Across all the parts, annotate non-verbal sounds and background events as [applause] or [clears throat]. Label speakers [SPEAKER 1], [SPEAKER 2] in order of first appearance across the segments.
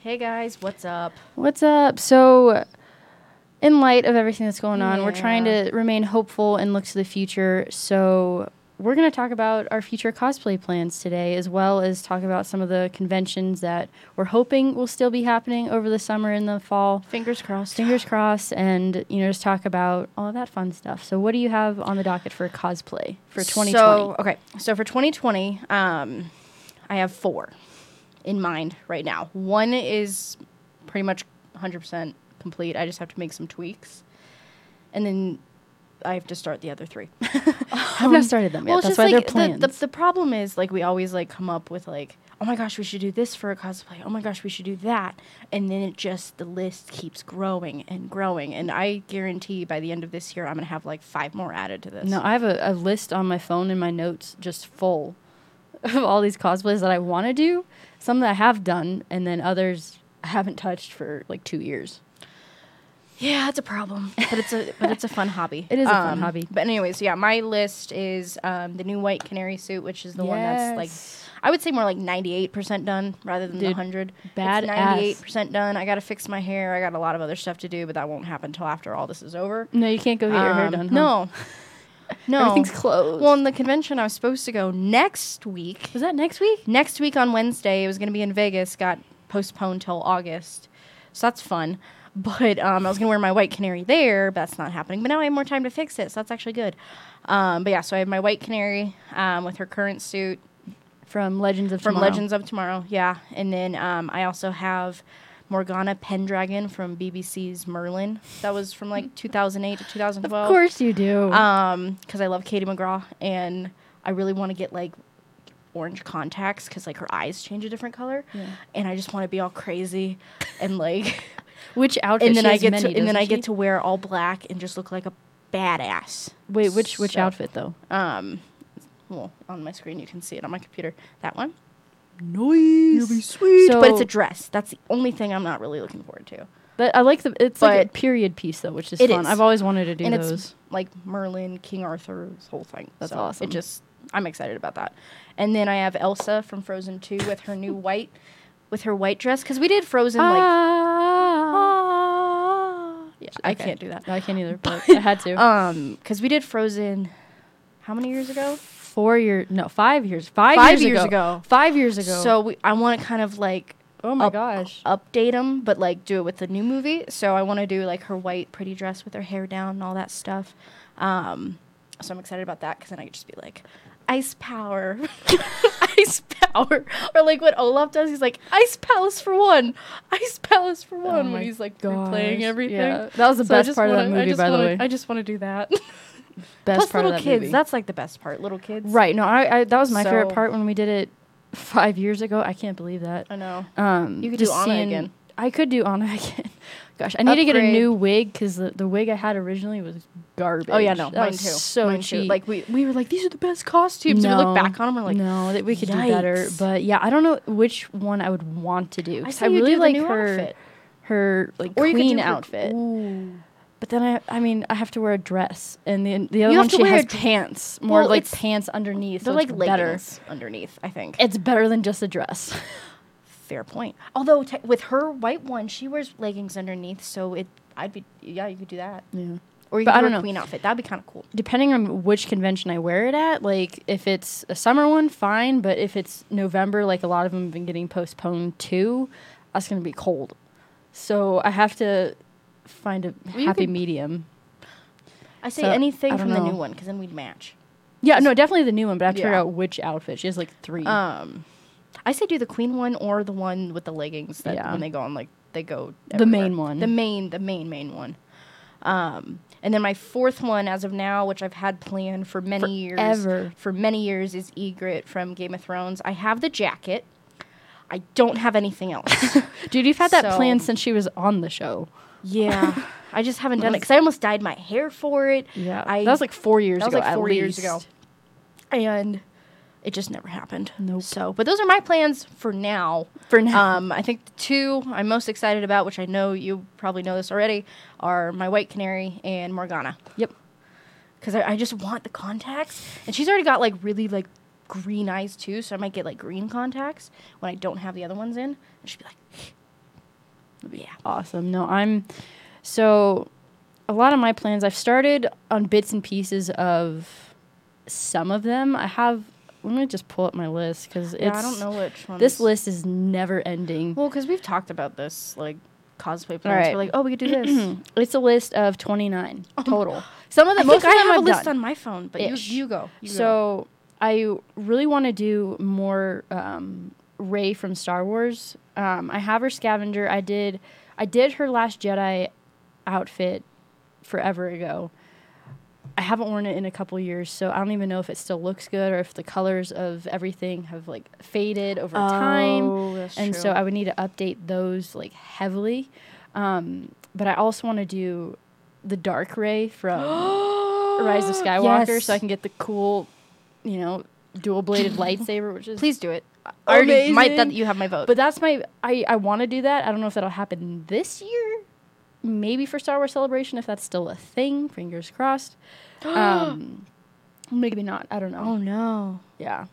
[SPEAKER 1] Hey guys, what's up?
[SPEAKER 2] What's up? So, in light of everything that's going on, we're trying
[SPEAKER 1] Yeah.
[SPEAKER 2] to remain hopeful and look to the future. So, we're going to talk about our future cosplay plans today, as well as talk about some of the conventions that we're hoping will still be happening over the summer and the fall.
[SPEAKER 1] Fingers crossed.
[SPEAKER 2] Fingers crossed, and you know, just talk about all that fun stuff. So, what do you have on the docket for cosplay for 2020?
[SPEAKER 1] So, okay. So for 2020, um, I have four in mind right now. One is pretty much 100% complete. I just have to make some tweaks. And then I have to start the other three.
[SPEAKER 2] [laughs]
[SPEAKER 1] [laughs]
[SPEAKER 2] I've not started them yet.
[SPEAKER 1] well, it's
[SPEAKER 2] that's
[SPEAKER 1] just
[SPEAKER 2] why
[SPEAKER 1] like
[SPEAKER 2] they're plans.
[SPEAKER 1] The, the, the problem is like we always like come up with like, oh my gosh, we should do this for a cosplay. Oh my gosh, we should do that. And then it just the list keeps growing and growing. And I guarantee by the end of this year, I'm gonna have like five more added to this.
[SPEAKER 2] No, I have a, a list on my phone and my notes just full [laughs] of all these cosplays that I want to do, some that I have done, and then others I haven't touched for like two years.
[SPEAKER 1] Yeah, it's a problem, but it's a but it's a fun hobby.
[SPEAKER 2] It is a fun
[SPEAKER 1] Um,
[SPEAKER 2] hobby.
[SPEAKER 1] But anyways, yeah, my list is um, the new white canary suit, which is the one that's like
[SPEAKER 2] Yes.
[SPEAKER 1] I would say more like ninety eight percent done rather than the
[SPEAKER 2] Dude,
[SPEAKER 1] hundred.
[SPEAKER 2] badass.
[SPEAKER 1] ninety eight percent done. I got to fix my hair. I got a lot of other stuff to do, but that won't happen until after all this is over.
[SPEAKER 2] No, you can't go get your hair
[SPEAKER 1] Um,
[SPEAKER 2] done. huh?
[SPEAKER 1] No, no,
[SPEAKER 2] [laughs] everything's closed.
[SPEAKER 1] Well, in the convention, I was supposed to go next week
[SPEAKER 2] was that next week?
[SPEAKER 1] next week on Wednesday. It was going to be in Vegas, got postponed till August. So that's fun. [laughs] But um, I was going to wear my white canary there, but that's not happening. But now I have more time to fix it, so that's actually good. Um, but yeah, so I have my white canary um, with her current suit
[SPEAKER 2] From Legends of
[SPEAKER 1] from
[SPEAKER 2] Tomorrow.
[SPEAKER 1] Legends of Tomorrow. Yeah. And then um, I also have Morgana Pendragon from BBC's Merlin. That was from like 2008 to 2012
[SPEAKER 2] Of course you do.
[SPEAKER 1] um because i love katie mcgraw and i really want to get like orange contacts because like her eyes change a different color
[SPEAKER 2] Yeah.
[SPEAKER 1] and i just want to be all crazy and
[SPEAKER 2] [laughs]
[SPEAKER 1] like [laughs]
[SPEAKER 2] which outfit?
[SPEAKER 1] and then
[SPEAKER 2] she
[SPEAKER 1] i
[SPEAKER 2] has
[SPEAKER 1] get
[SPEAKER 2] many,
[SPEAKER 1] to and then
[SPEAKER 2] doesn't
[SPEAKER 1] i
[SPEAKER 2] she?
[SPEAKER 1] get to wear all black and just look like a badass
[SPEAKER 2] wait. Which which
[SPEAKER 1] So,
[SPEAKER 2] outfit though?
[SPEAKER 1] um well on my screen you can see it on my computer that one
[SPEAKER 2] Noise.
[SPEAKER 1] sweet but it's
[SPEAKER 2] So-
[SPEAKER 1] a dress that's the only thing i'm not really looking forward to
[SPEAKER 2] But I like the. It's like a
[SPEAKER 1] But-
[SPEAKER 2] period piece though, which is
[SPEAKER 1] It
[SPEAKER 2] fun.
[SPEAKER 1] is.
[SPEAKER 2] I've always wanted to do
[SPEAKER 1] and
[SPEAKER 2] those.
[SPEAKER 1] it's like Merlin, King Arthur's whole thing.
[SPEAKER 2] That's awesome.
[SPEAKER 1] It just I'm excited about that. And then I have Elsa from Frozen 2 with her new white with her white dress cuz we did Frozen like
[SPEAKER 2] ah.
[SPEAKER 1] yeah, I can't do that.
[SPEAKER 2] No, I can't either. But I had to.
[SPEAKER 1] Um cuz we did Frozen how many years ago?
[SPEAKER 2] four years no five years five,
[SPEAKER 1] Five
[SPEAKER 2] years,
[SPEAKER 1] years
[SPEAKER 2] ago.
[SPEAKER 1] ago.
[SPEAKER 2] five years ago
[SPEAKER 1] So we, I want to kind of like
[SPEAKER 2] oh my
[SPEAKER 1] up-
[SPEAKER 2] gosh
[SPEAKER 1] update them but like do it with the new movie. So I want to do like her white pretty dress with her hair down and all that stuff. Um so I'm excited about that cuz then I could just be like ice power. [laughs] ice power or like what Olaf does he's like ice palace for one. Ice palace for one
[SPEAKER 2] my
[SPEAKER 1] when he's like
[SPEAKER 2] gosh.
[SPEAKER 1] replaying everything.
[SPEAKER 2] Yeah. That was the
[SPEAKER 1] I
[SPEAKER 2] best
[SPEAKER 1] just
[SPEAKER 2] part of that
[SPEAKER 1] wanna- I
[SPEAKER 2] movie,
[SPEAKER 1] just
[SPEAKER 2] by the
[SPEAKER 1] wanna-
[SPEAKER 2] way.
[SPEAKER 1] I just want to do that.
[SPEAKER 2] best
[SPEAKER 1] Plus
[SPEAKER 2] part
[SPEAKER 1] little
[SPEAKER 2] of that
[SPEAKER 1] kids.
[SPEAKER 2] movie.
[SPEAKER 1] That's like the best part. Little kids.
[SPEAKER 2] right no I, I that was my favorite
[SPEAKER 1] So-
[SPEAKER 2] part when we did it five years ago i can't believe that
[SPEAKER 1] I know.
[SPEAKER 2] um
[SPEAKER 1] You could do
[SPEAKER 2] just
[SPEAKER 1] Anna
[SPEAKER 2] seeing-
[SPEAKER 1] again.
[SPEAKER 2] i could do anna [laughs] again gosh i need to get a
[SPEAKER 1] Upgrade.
[SPEAKER 2] new wig because the, the wig i had originally was garbage
[SPEAKER 1] Oh yeah, no,
[SPEAKER 2] that
[SPEAKER 1] mine
[SPEAKER 2] was
[SPEAKER 1] too.
[SPEAKER 2] so
[SPEAKER 1] mine
[SPEAKER 2] cheap
[SPEAKER 1] Too. Like we, we were like, these are the best costumes. and we look
[SPEAKER 2] No.
[SPEAKER 1] back on them, we're like,
[SPEAKER 2] no, that we could do better,
[SPEAKER 1] yikes.
[SPEAKER 2] but yeah, I don't know which one I would want to do.
[SPEAKER 1] I
[SPEAKER 2] 'cause
[SPEAKER 1] say you
[SPEAKER 2] really
[SPEAKER 1] do the
[SPEAKER 2] like
[SPEAKER 1] new
[SPEAKER 2] her,
[SPEAKER 1] outfit.
[SPEAKER 2] her like
[SPEAKER 1] Or you could
[SPEAKER 2] queen
[SPEAKER 1] do her-
[SPEAKER 2] outfit. But then I, I mean, I have to wear a dress, and the the other
[SPEAKER 1] You have
[SPEAKER 2] one
[SPEAKER 1] to
[SPEAKER 2] she
[SPEAKER 1] wear
[SPEAKER 2] has
[SPEAKER 1] a dr-
[SPEAKER 2] pants, more
[SPEAKER 1] Well,
[SPEAKER 2] like
[SPEAKER 1] it's-
[SPEAKER 2] pants underneath.
[SPEAKER 1] they're
[SPEAKER 2] so
[SPEAKER 1] like
[SPEAKER 2] it's better.
[SPEAKER 1] leggings underneath. I think
[SPEAKER 2] It's better than just a dress.
[SPEAKER 1] fair point. Although te- with her white one, she wears leggings underneath, so it. I'd be [laughs] yeah, you could do that.
[SPEAKER 2] yeah.
[SPEAKER 1] Or you
[SPEAKER 2] But
[SPEAKER 1] could
[SPEAKER 2] I
[SPEAKER 1] do
[SPEAKER 2] don't
[SPEAKER 1] a
[SPEAKER 2] know.
[SPEAKER 1] queen outfit. That'd be kind of cool.
[SPEAKER 2] Depending on which convention I wear it at, like if it's a summer one, fine. But if it's November, like a lot of them have been getting postponed too, that's gonna be cold. So I have to find a
[SPEAKER 1] you
[SPEAKER 2] happy
[SPEAKER 1] could-
[SPEAKER 2] medium.
[SPEAKER 1] I say
[SPEAKER 2] So,
[SPEAKER 1] anything
[SPEAKER 2] I don't
[SPEAKER 1] from the
[SPEAKER 2] know.
[SPEAKER 1] new one because then we'd match.
[SPEAKER 2] Yeah, no, definitely the new one, but I have to figure
[SPEAKER 1] Yeah.
[SPEAKER 2] out which outfit. She has like three.
[SPEAKER 1] Um, I say do the queen one or the one with the leggings that
[SPEAKER 2] Yeah.
[SPEAKER 1] when they go on like they go
[SPEAKER 2] The main
[SPEAKER 1] everywhere.
[SPEAKER 2] one.
[SPEAKER 1] the main the main main one. Um, and then my fourth one as of now, which I've had planned for many years,
[SPEAKER 2] Forever.
[SPEAKER 1] for many years is Egret from Game of Thrones. I have the jacket. I don't have anything
[SPEAKER 2] [laughs]
[SPEAKER 1] else.
[SPEAKER 2] Dude, you've had that
[SPEAKER 1] so-
[SPEAKER 2] planned since she was on the show.
[SPEAKER 1] yeah, [laughs] I just haven't done it because I almost dyed my hair for it.
[SPEAKER 2] Yeah,
[SPEAKER 1] I,
[SPEAKER 2] that was like four years
[SPEAKER 1] that was
[SPEAKER 2] ago.
[SPEAKER 1] like
[SPEAKER 2] at
[SPEAKER 1] four years
[SPEAKER 2] least.
[SPEAKER 1] ago, and it just never happened.
[SPEAKER 2] Nope.
[SPEAKER 1] So, but those are my plans for now.
[SPEAKER 2] For now.
[SPEAKER 1] Um, I think the two I'm most excited about, which I know you probably know this already, are my White Canary and Morgana.
[SPEAKER 2] Yep.
[SPEAKER 1] Because I, I just want the contacts. And she's already got like really like green eyes too, so I might get like [sighs] green contacts when I don't have the other ones in. And she'd be like,
[SPEAKER 2] That'd be
[SPEAKER 1] Yeah.
[SPEAKER 2] awesome. No, I'm so a lot of my plans I've started on bits and pieces of some of them. I have let me just pull up my list because it's
[SPEAKER 1] Yeah, I don't know which one.
[SPEAKER 2] This list is never ending.
[SPEAKER 1] Well, because we've talked about this, like cosplay plans.
[SPEAKER 2] right.
[SPEAKER 1] We're like, oh, we could do
[SPEAKER 2] [clears throat]
[SPEAKER 1] this.
[SPEAKER 2] It's a list of 29 total. Some
[SPEAKER 1] Oh,
[SPEAKER 2] of
[SPEAKER 1] I
[SPEAKER 2] them, most
[SPEAKER 1] think
[SPEAKER 2] of
[SPEAKER 1] I
[SPEAKER 2] them
[SPEAKER 1] have a
[SPEAKER 2] I've
[SPEAKER 1] list
[SPEAKER 2] done.
[SPEAKER 1] on my phone, but
[SPEAKER 2] Ish.
[SPEAKER 1] you you go. You go.
[SPEAKER 2] so I really want to do more um, Ray from Star Wars. Um, I have her scavenger. I did, I did her Last Jedi outfit forever ago. I haven't worn it in a couple years, so I don't even know if it still looks good or if the colors of everything have like faded over time.
[SPEAKER 1] Oh, that's
[SPEAKER 2] and
[SPEAKER 1] true.
[SPEAKER 2] so
[SPEAKER 1] [gasps]
[SPEAKER 2] I would need to update those like heavily. Um, but I also want to do the dark
[SPEAKER 1] [gasps]
[SPEAKER 2] ray from [gasps] Rise [gasps] of Skywalker,
[SPEAKER 1] Yes.
[SPEAKER 2] so I can get the cool, you know, dual [laughs] bladed lightsaber, which is
[SPEAKER 1] please do it. I already might that
[SPEAKER 2] Amazing.
[SPEAKER 1] you have my vote.
[SPEAKER 2] But that's my I I want to do that. I don't know if that'll happen this year, maybe for Star Wars Celebration if that's still a thing. Fingers [gasps] crossed. Um, maybe not. I don't know.
[SPEAKER 1] oh no.
[SPEAKER 2] Yeah.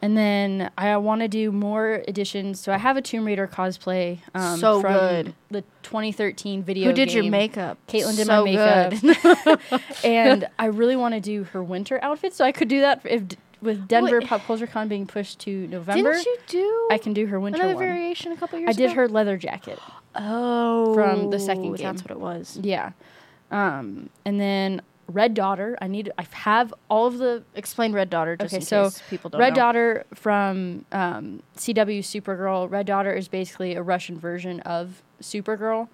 [SPEAKER 2] And then I want to do more editions. So I have a Tomb Raider cosplay. Um,
[SPEAKER 1] So
[SPEAKER 2] from
[SPEAKER 1] good.
[SPEAKER 2] The 2013 video.
[SPEAKER 1] Who did your
[SPEAKER 2] game.
[SPEAKER 1] makeup?
[SPEAKER 2] Caitlin did
[SPEAKER 1] So
[SPEAKER 2] my
[SPEAKER 1] [laughs]
[SPEAKER 2] makeup. and I really want to do her winter outfit. So I could do that if d- with Denver Pop Culture Con being pushed to November.
[SPEAKER 1] eh, Didn't you do?
[SPEAKER 2] I can do her winter
[SPEAKER 1] another
[SPEAKER 2] one.
[SPEAKER 1] variation a couple years.
[SPEAKER 2] I did
[SPEAKER 1] ago?
[SPEAKER 2] her leather jacket.
[SPEAKER 1] Oh,
[SPEAKER 2] from the second game.
[SPEAKER 1] That's what it was.
[SPEAKER 2] Yeah. Um, and then Red Daughter. I need. I have all of the
[SPEAKER 1] Explain Red Daughter. Just
[SPEAKER 2] okay,
[SPEAKER 1] in
[SPEAKER 2] so
[SPEAKER 1] case people don't
[SPEAKER 2] Red
[SPEAKER 1] know.
[SPEAKER 2] Daughter from um, CW Supergirl. Red Daughter is basically a Russian version of Supergirl.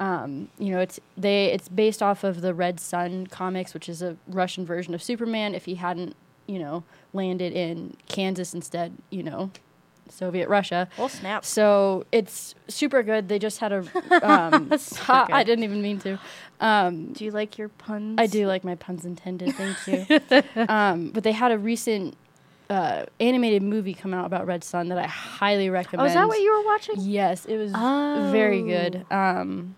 [SPEAKER 2] Um, you know, it's they it's based off of the Red Sun comics, which is a Russian version of Superman. If he hadn't, you know, landed in Kansas instead, you know, Soviet Russia.
[SPEAKER 1] Well, [laughs] snap.
[SPEAKER 2] So it's super good. They just had a. Um,
[SPEAKER 1] Super
[SPEAKER 2] ha- [laughs] I
[SPEAKER 1] good.
[SPEAKER 2] didn't even mean to. Um,
[SPEAKER 1] Do you like your puns?
[SPEAKER 2] I do like my puns intended. Thank you.
[SPEAKER 1] [laughs]
[SPEAKER 2] um, but they had a recent uh, animated movie come out about Red Sun that I highly
[SPEAKER 1] Oh,
[SPEAKER 2] recommend.
[SPEAKER 1] is that what you were watching?
[SPEAKER 2] Yes, it was very
[SPEAKER 1] Oh.
[SPEAKER 2] good. Um,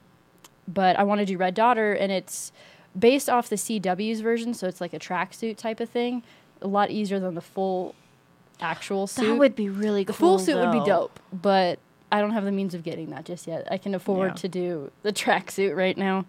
[SPEAKER 2] but I want to do Red Daughter, and it's based off the CW's version, so it's like a tracksuit type of thing. A lot easier than the full actual suit.
[SPEAKER 1] That would be really cool.
[SPEAKER 2] the full suit would be
[SPEAKER 1] though.
[SPEAKER 2] dope, but I don't have the means of getting that just yet. I can afford
[SPEAKER 1] Yeah.
[SPEAKER 2] to do the [laughs] tracksuit right now.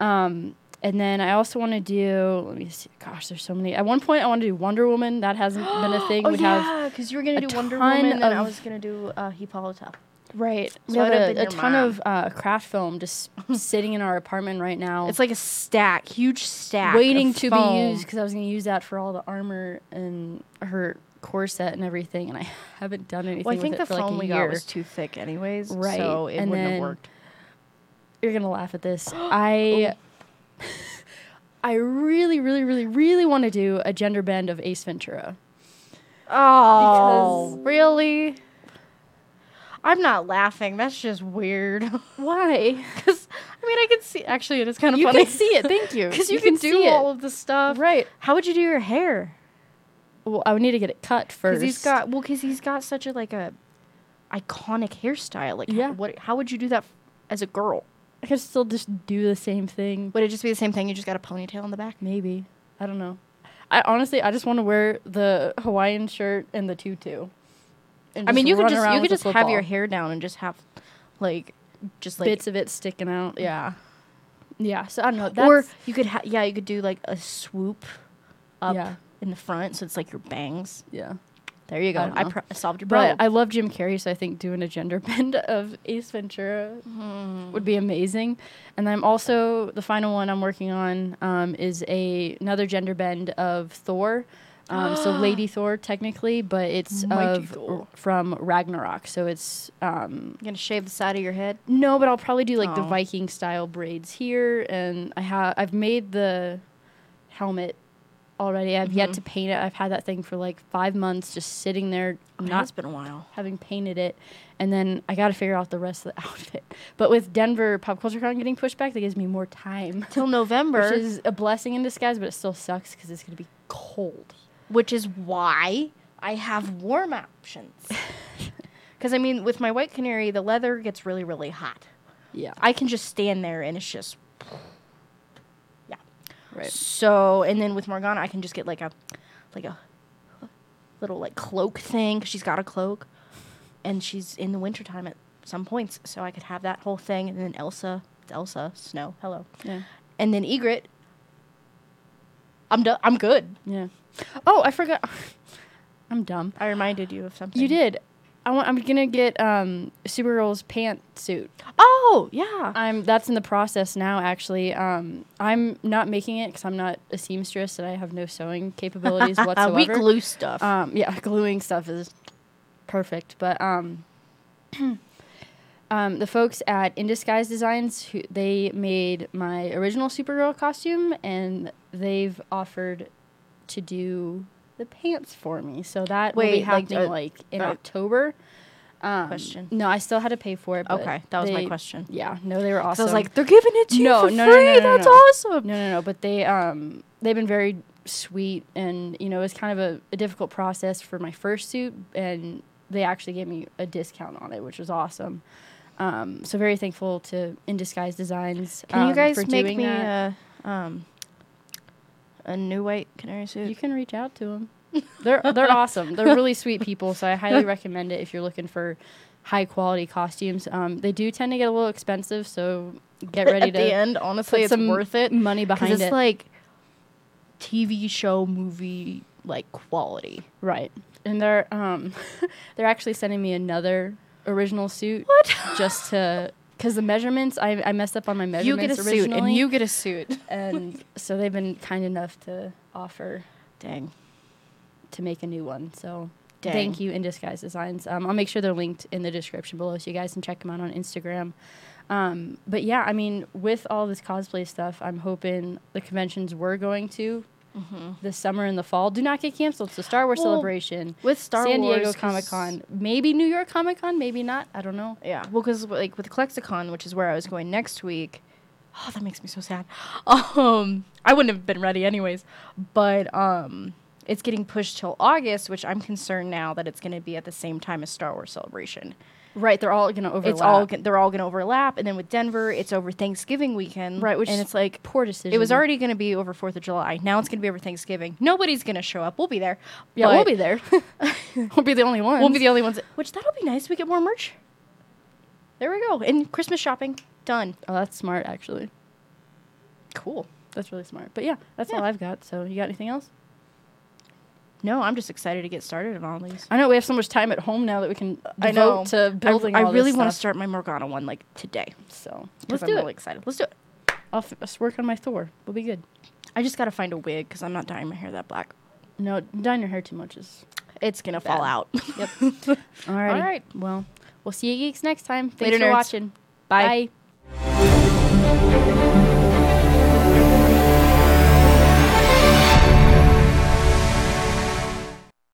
[SPEAKER 2] Um, and then I also want to do. Let me see. Gosh, there's so many. At one point, I want to do Wonder Woman.
[SPEAKER 1] [gasps]
[SPEAKER 2] That hasn't been a thing.
[SPEAKER 1] Oh
[SPEAKER 2] we have
[SPEAKER 1] yeah, because you were gonna
[SPEAKER 2] a
[SPEAKER 1] do Wonder
[SPEAKER 2] ton
[SPEAKER 1] Woman, and I
[SPEAKER 2] of-
[SPEAKER 1] was gonna do uh, Hippolyta.
[SPEAKER 2] right. We
[SPEAKER 1] So I'd have
[SPEAKER 2] have
[SPEAKER 1] been
[SPEAKER 2] a, a
[SPEAKER 1] your
[SPEAKER 2] ton
[SPEAKER 1] mom.
[SPEAKER 2] of uh, craft
[SPEAKER 1] [laughs]
[SPEAKER 2] film just sitting in our apartment right now.
[SPEAKER 1] It's like a stack, huge stack,
[SPEAKER 2] Oh. waiting
[SPEAKER 1] of
[SPEAKER 2] to be
[SPEAKER 1] foam.
[SPEAKER 2] used because I was going to use that for all the armor and her corset and everything, and I [laughs] haven't done anything.
[SPEAKER 1] Well, I
[SPEAKER 2] with
[SPEAKER 1] think
[SPEAKER 2] it
[SPEAKER 1] the
[SPEAKER 2] for like
[SPEAKER 1] foam
[SPEAKER 2] a
[SPEAKER 1] we
[SPEAKER 2] year.
[SPEAKER 1] got was too thick, anyways.
[SPEAKER 2] Right,
[SPEAKER 1] So it
[SPEAKER 2] and
[SPEAKER 1] wouldn't
[SPEAKER 2] then-
[SPEAKER 1] have worked.
[SPEAKER 2] you're gonna laugh
[SPEAKER 1] [gasps]
[SPEAKER 2] at this. I
[SPEAKER 1] Oh.
[SPEAKER 2] [laughs] I really, really, really, really want to do a gender bend of Ace Ventura.
[SPEAKER 1] Oh,
[SPEAKER 2] really?
[SPEAKER 1] I'm not laughing. That's just weird. [laughs]
[SPEAKER 2] Why?
[SPEAKER 1] Because I mean, I can see. Actually, it is kind of
[SPEAKER 2] You
[SPEAKER 1] funny.
[SPEAKER 2] can see it.
[SPEAKER 1] [laughs]
[SPEAKER 2] Thank you.
[SPEAKER 1] Because you, can, do
[SPEAKER 2] see it.
[SPEAKER 1] all of the stuff.
[SPEAKER 2] Right.
[SPEAKER 1] How would you do your hair?
[SPEAKER 2] Well, I would need to get it cut
[SPEAKER 1] Because
[SPEAKER 2] first.
[SPEAKER 1] he's got well, because he's got such a like a iconic hairstyle. Like,
[SPEAKER 2] Yeah.
[SPEAKER 1] yeah. What? How would you do that f- as a girl?
[SPEAKER 2] I could still just do the same thing.
[SPEAKER 1] Would it just be the same thing? You just got a ponytail in the back.
[SPEAKER 2] Maybe. I don't know. I honestly, I just want to wear the Hawaiian shirt and the tutu. And
[SPEAKER 1] I mean,
[SPEAKER 2] just
[SPEAKER 1] you could
[SPEAKER 2] run
[SPEAKER 1] just
[SPEAKER 2] around
[SPEAKER 1] you
[SPEAKER 2] with
[SPEAKER 1] could
[SPEAKER 2] a
[SPEAKER 1] just have your
[SPEAKER 2] football.
[SPEAKER 1] hair down and just have like just like
[SPEAKER 2] bits of it sticking out. Yeah. Yeah. So I don't know. That's,
[SPEAKER 1] or you could ha- yeah you could do like a swoop up
[SPEAKER 2] Yeah.
[SPEAKER 1] in the front so it's like your bangs.
[SPEAKER 2] yeah.
[SPEAKER 1] There you go.
[SPEAKER 2] I don't
[SPEAKER 1] I,
[SPEAKER 2] know.
[SPEAKER 1] pro- I solved your problem.
[SPEAKER 2] But I love Jim Carrey, so I think doing a gender [laughs] bend of Ace Ventura
[SPEAKER 1] Mm-hmm.
[SPEAKER 2] would be amazing. And I'm also the final one I'm working on um, is a another gender bend of Thor. Um,
[SPEAKER 1] [gasps]
[SPEAKER 2] so Lady Thor technically, but it's
[SPEAKER 1] Mighty
[SPEAKER 2] of
[SPEAKER 1] Thor.
[SPEAKER 2] from Ragnarok. So it's um,
[SPEAKER 1] you gonna shave the side of your head.
[SPEAKER 2] no, but I'll probably do like the
[SPEAKER 1] Oh.
[SPEAKER 2] Viking style braids here, and I have I've made the helmet already. I've
[SPEAKER 1] Mm-hmm.
[SPEAKER 2] yet to paint it. I've had that thing for like five months, just sitting there, not
[SPEAKER 1] Not been a while.
[SPEAKER 2] having painted it, and then I got to figure out the rest of the [laughs] outfit. But with Denver Pop Culture Con getting pushed back, that gives me more [laughs] time,
[SPEAKER 1] Till November,
[SPEAKER 2] which is a blessing in disguise. But it still sucks because it's gonna be cold.
[SPEAKER 1] which is why I have warm
[SPEAKER 2] [laughs]
[SPEAKER 1] options. Because I mean, with my white canary, the leather gets really, really hot.
[SPEAKER 2] Yeah,
[SPEAKER 1] I can just stand there and it's just yeah.
[SPEAKER 2] right.
[SPEAKER 1] So and then with Morgana, I can just get like a like a little like cloak thing. she she's got a cloak, and she's in the wintertime at some points, so I could have that whole thing. And then Elsa, it's Elsa, Snow, hello,
[SPEAKER 2] Yeah.
[SPEAKER 1] and then Egret. I'm do- I'm good.
[SPEAKER 2] Yeah. Oh, I forgot. [laughs] I'm dumb.
[SPEAKER 1] I reminded you of something.
[SPEAKER 2] You did. I want, I'm gonna get um, Supergirl's pantsuit.
[SPEAKER 1] Oh yeah.
[SPEAKER 2] I'm. That's in the process now. Actually, um, I'm not making it because I'm not a seamstress and I have no [laughs] sewing capabilities
[SPEAKER 1] Uh,
[SPEAKER 2] whatsoever.
[SPEAKER 1] we glue stuff.
[SPEAKER 2] Um, yeah, [laughs] gluing stuff is perfect. But um, [clears throat] um, the folks at In Disguise Designs, who, they made my original Supergirl costume, and they've offered to do the pants for me. So that will be
[SPEAKER 1] Wait, like,
[SPEAKER 2] happening like,
[SPEAKER 1] uh,
[SPEAKER 2] in
[SPEAKER 1] uh,
[SPEAKER 2] October. Um,
[SPEAKER 1] Question.
[SPEAKER 2] No, I still had to pay for it. But
[SPEAKER 1] okay, that was my
[SPEAKER 2] they-
[SPEAKER 1] question.
[SPEAKER 2] Yeah, no, they were awesome.
[SPEAKER 1] So I was like, they're giving it to you
[SPEAKER 2] No,
[SPEAKER 1] for
[SPEAKER 2] no, no, no,
[SPEAKER 1] free.
[SPEAKER 2] no, no,
[SPEAKER 1] That's
[SPEAKER 2] no.
[SPEAKER 1] awesome.
[SPEAKER 2] No, no, no. But they um they've been very sweet, and you know it's kind of a, a difficult process for my first suit, and they actually gave me a discount on it, which was awesome. Um, so very thankful to In Disguise Designs.
[SPEAKER 1] Can you
[SPEAKER 2] um,
[SPEAKER 1] guys
[SPEAKER 2] for
[SPEAKER 1] make
[SPEAKER 2] doing
[SPEAKER 1] me
[SPEAKER 2] that.
[SPEAKER 1] a, um, a new white canary suit?
[SPEAKER 2] You can reach out to
[SPEAKER 1] [laughs]
[SPEAKER 2] them. They're they're awesome. They're really sweet people. So I highly recommend it if you're looking for high quality costumes. Um, they do tend to get a little expensive, so get ready
[SPEAKER 1] [laughs] At
[SPEAKER 2] to
[SPEAKER 1] the end, honestly,
[SPEAKER 2] put
[SPEAKER 1] it's
[SPEAKER 2] some
[SPEAKER 1] worth it
[SPEAKER 2] money
[SPEAKER 1] because
[SPEAKER 2] behind
[SPEAKER 1] it's
[SPEAKER 2] it.
[SPEAKER 1] like TV show movie like quality.
[SPEAKER 2] Right. And they're um [laughs] they're actually sending me another original suit
[SPEAKER 1] What?
[SPEAKER 2] just to cuz the measurements I I messed up on my
[SPEAKER 1] you
[SPEAKER 2] measurements
[SPEAKER 1] get a suit
[SPEAKER 2] originally,
[SPEAKER 1] and you get a suit.
[SPEAKER 2] and so they've been kind enough to offer
[SPEAKER 1] Dang.
[SPEAKER 2] to make a new one. So
[SPEAKER 1] Dang.
[SPEAKER 2] thank you in disguise designs. Um, I'll make sure they're linked in the description below so you guys can check them out on Instagram. Um, but yeah, I mean, with all this cosplay stuff, I'm hoping the conventions we're going to this summer and the fall do not get canceled. So Star Wars
[SPEAKER 1] Mm-hmm. Well,
[SPEAKER 2] celebration,
[SPEAKER 1] With Star
[SPEAKER 2] San
[SPEAKER 1] Wars,
[SPEAKER 2] Diego
[SPEAKER 1] 'cause-
[SPEAKER 2] Comic Con, maybe New York Comic Con, maybe not. I don't know.
[SPEAKER 1] Yeah. Well, because like with Klexicon, which is where I was going next week. Oh, that makes me so sad. [laughs] Um, I wouldn't have been ready anyways. But um, it's getting pushed till August, which I'm concerned now that it's going to be at the same time as Star Wars Celebration.
[SPEAKER 2] Right, they're all gonna overlap.
[SPEAKER 1] It's all gon- they're all going to overlap, and then with Denver, it's over Thanksgiving weekend.
[SPEAKER 2] Right, which
[SPEAKER 1] and
[SPEAKER 2] is
[SPEAKER 1] it's like
[SPEAKER 2] poor decision.
[SPEAKER 1] it was already going to be over Fourth of July. Now it's going to be over Thanksgiving. Nobody's going to show up. We'll be there.
[SPEAKER 2] yeah.
[SPEAKER 1] but
[SPEAKER 2] We'll be [laughs] there. [laughs] we'll be the only ones.
[SPEAKER 1] We'll be the only ones. Which that'll be nice. We get more merch. There we go. And Christmas shopping done.
[SPEAKER 2] oh, that's smart actually.
[SPEAKER 1] Cool.
[SPEAKER 2] That's really smart. But yeah, that's
[SPEAKER 1] Yeah.
[SPEAKER 2] all I've got. So you got anything else?
[SPEAKER 1] No, I'm just excited to get started on all these.
[SPEAKER 2] I know we have so much time at home now that we can devote to building.
[SPEAKER 1] I,
[SPEAKER 2] all
[SPEAKER 1] I
[SPEAKER 2] this
[SPEAKER 1] really want to
[SPEAKER 2] stuff.
[SPEAKER 1] start my Morgana one like today.
[SPEAKER 2] So
[SPEAKER 1] 'cause
[SPEAKER 2] let's
[SPEAKER 1] I'm
[SPEAKER 2] do
[SPEAKER 1] really
[SPEAKER 2] it.
[SPEAKER 1] excited. Let's do it.
[SPEAKER 2] I'll f- let's work on my Thor. We'll be good.
[SPEAKER 1] I just gotta find a wig because I'm not dyeing my hair that black.
[SPEAKER 2] No, dyeing your hair too much is.
[SPEAKER 1] It's gonna
[SPEAKER 2] Bad.
[SPEAKER 1] fall out.
[SPEAKER 2] Yep. all
[SPEAKER 1] All
[SPEAKER 2] right.
[SPEAKER 1] right.
[SPEAKER 2] Well, we'll see you geeks next time. Thanks
[SPEAKER 1] Later,
[SPEAKER 2] for
[SPEAKER 1] nerds.
[SPEAKER 2] watching.
[SPEAKER 1] Bye.
[SPEAKER 2] Bye.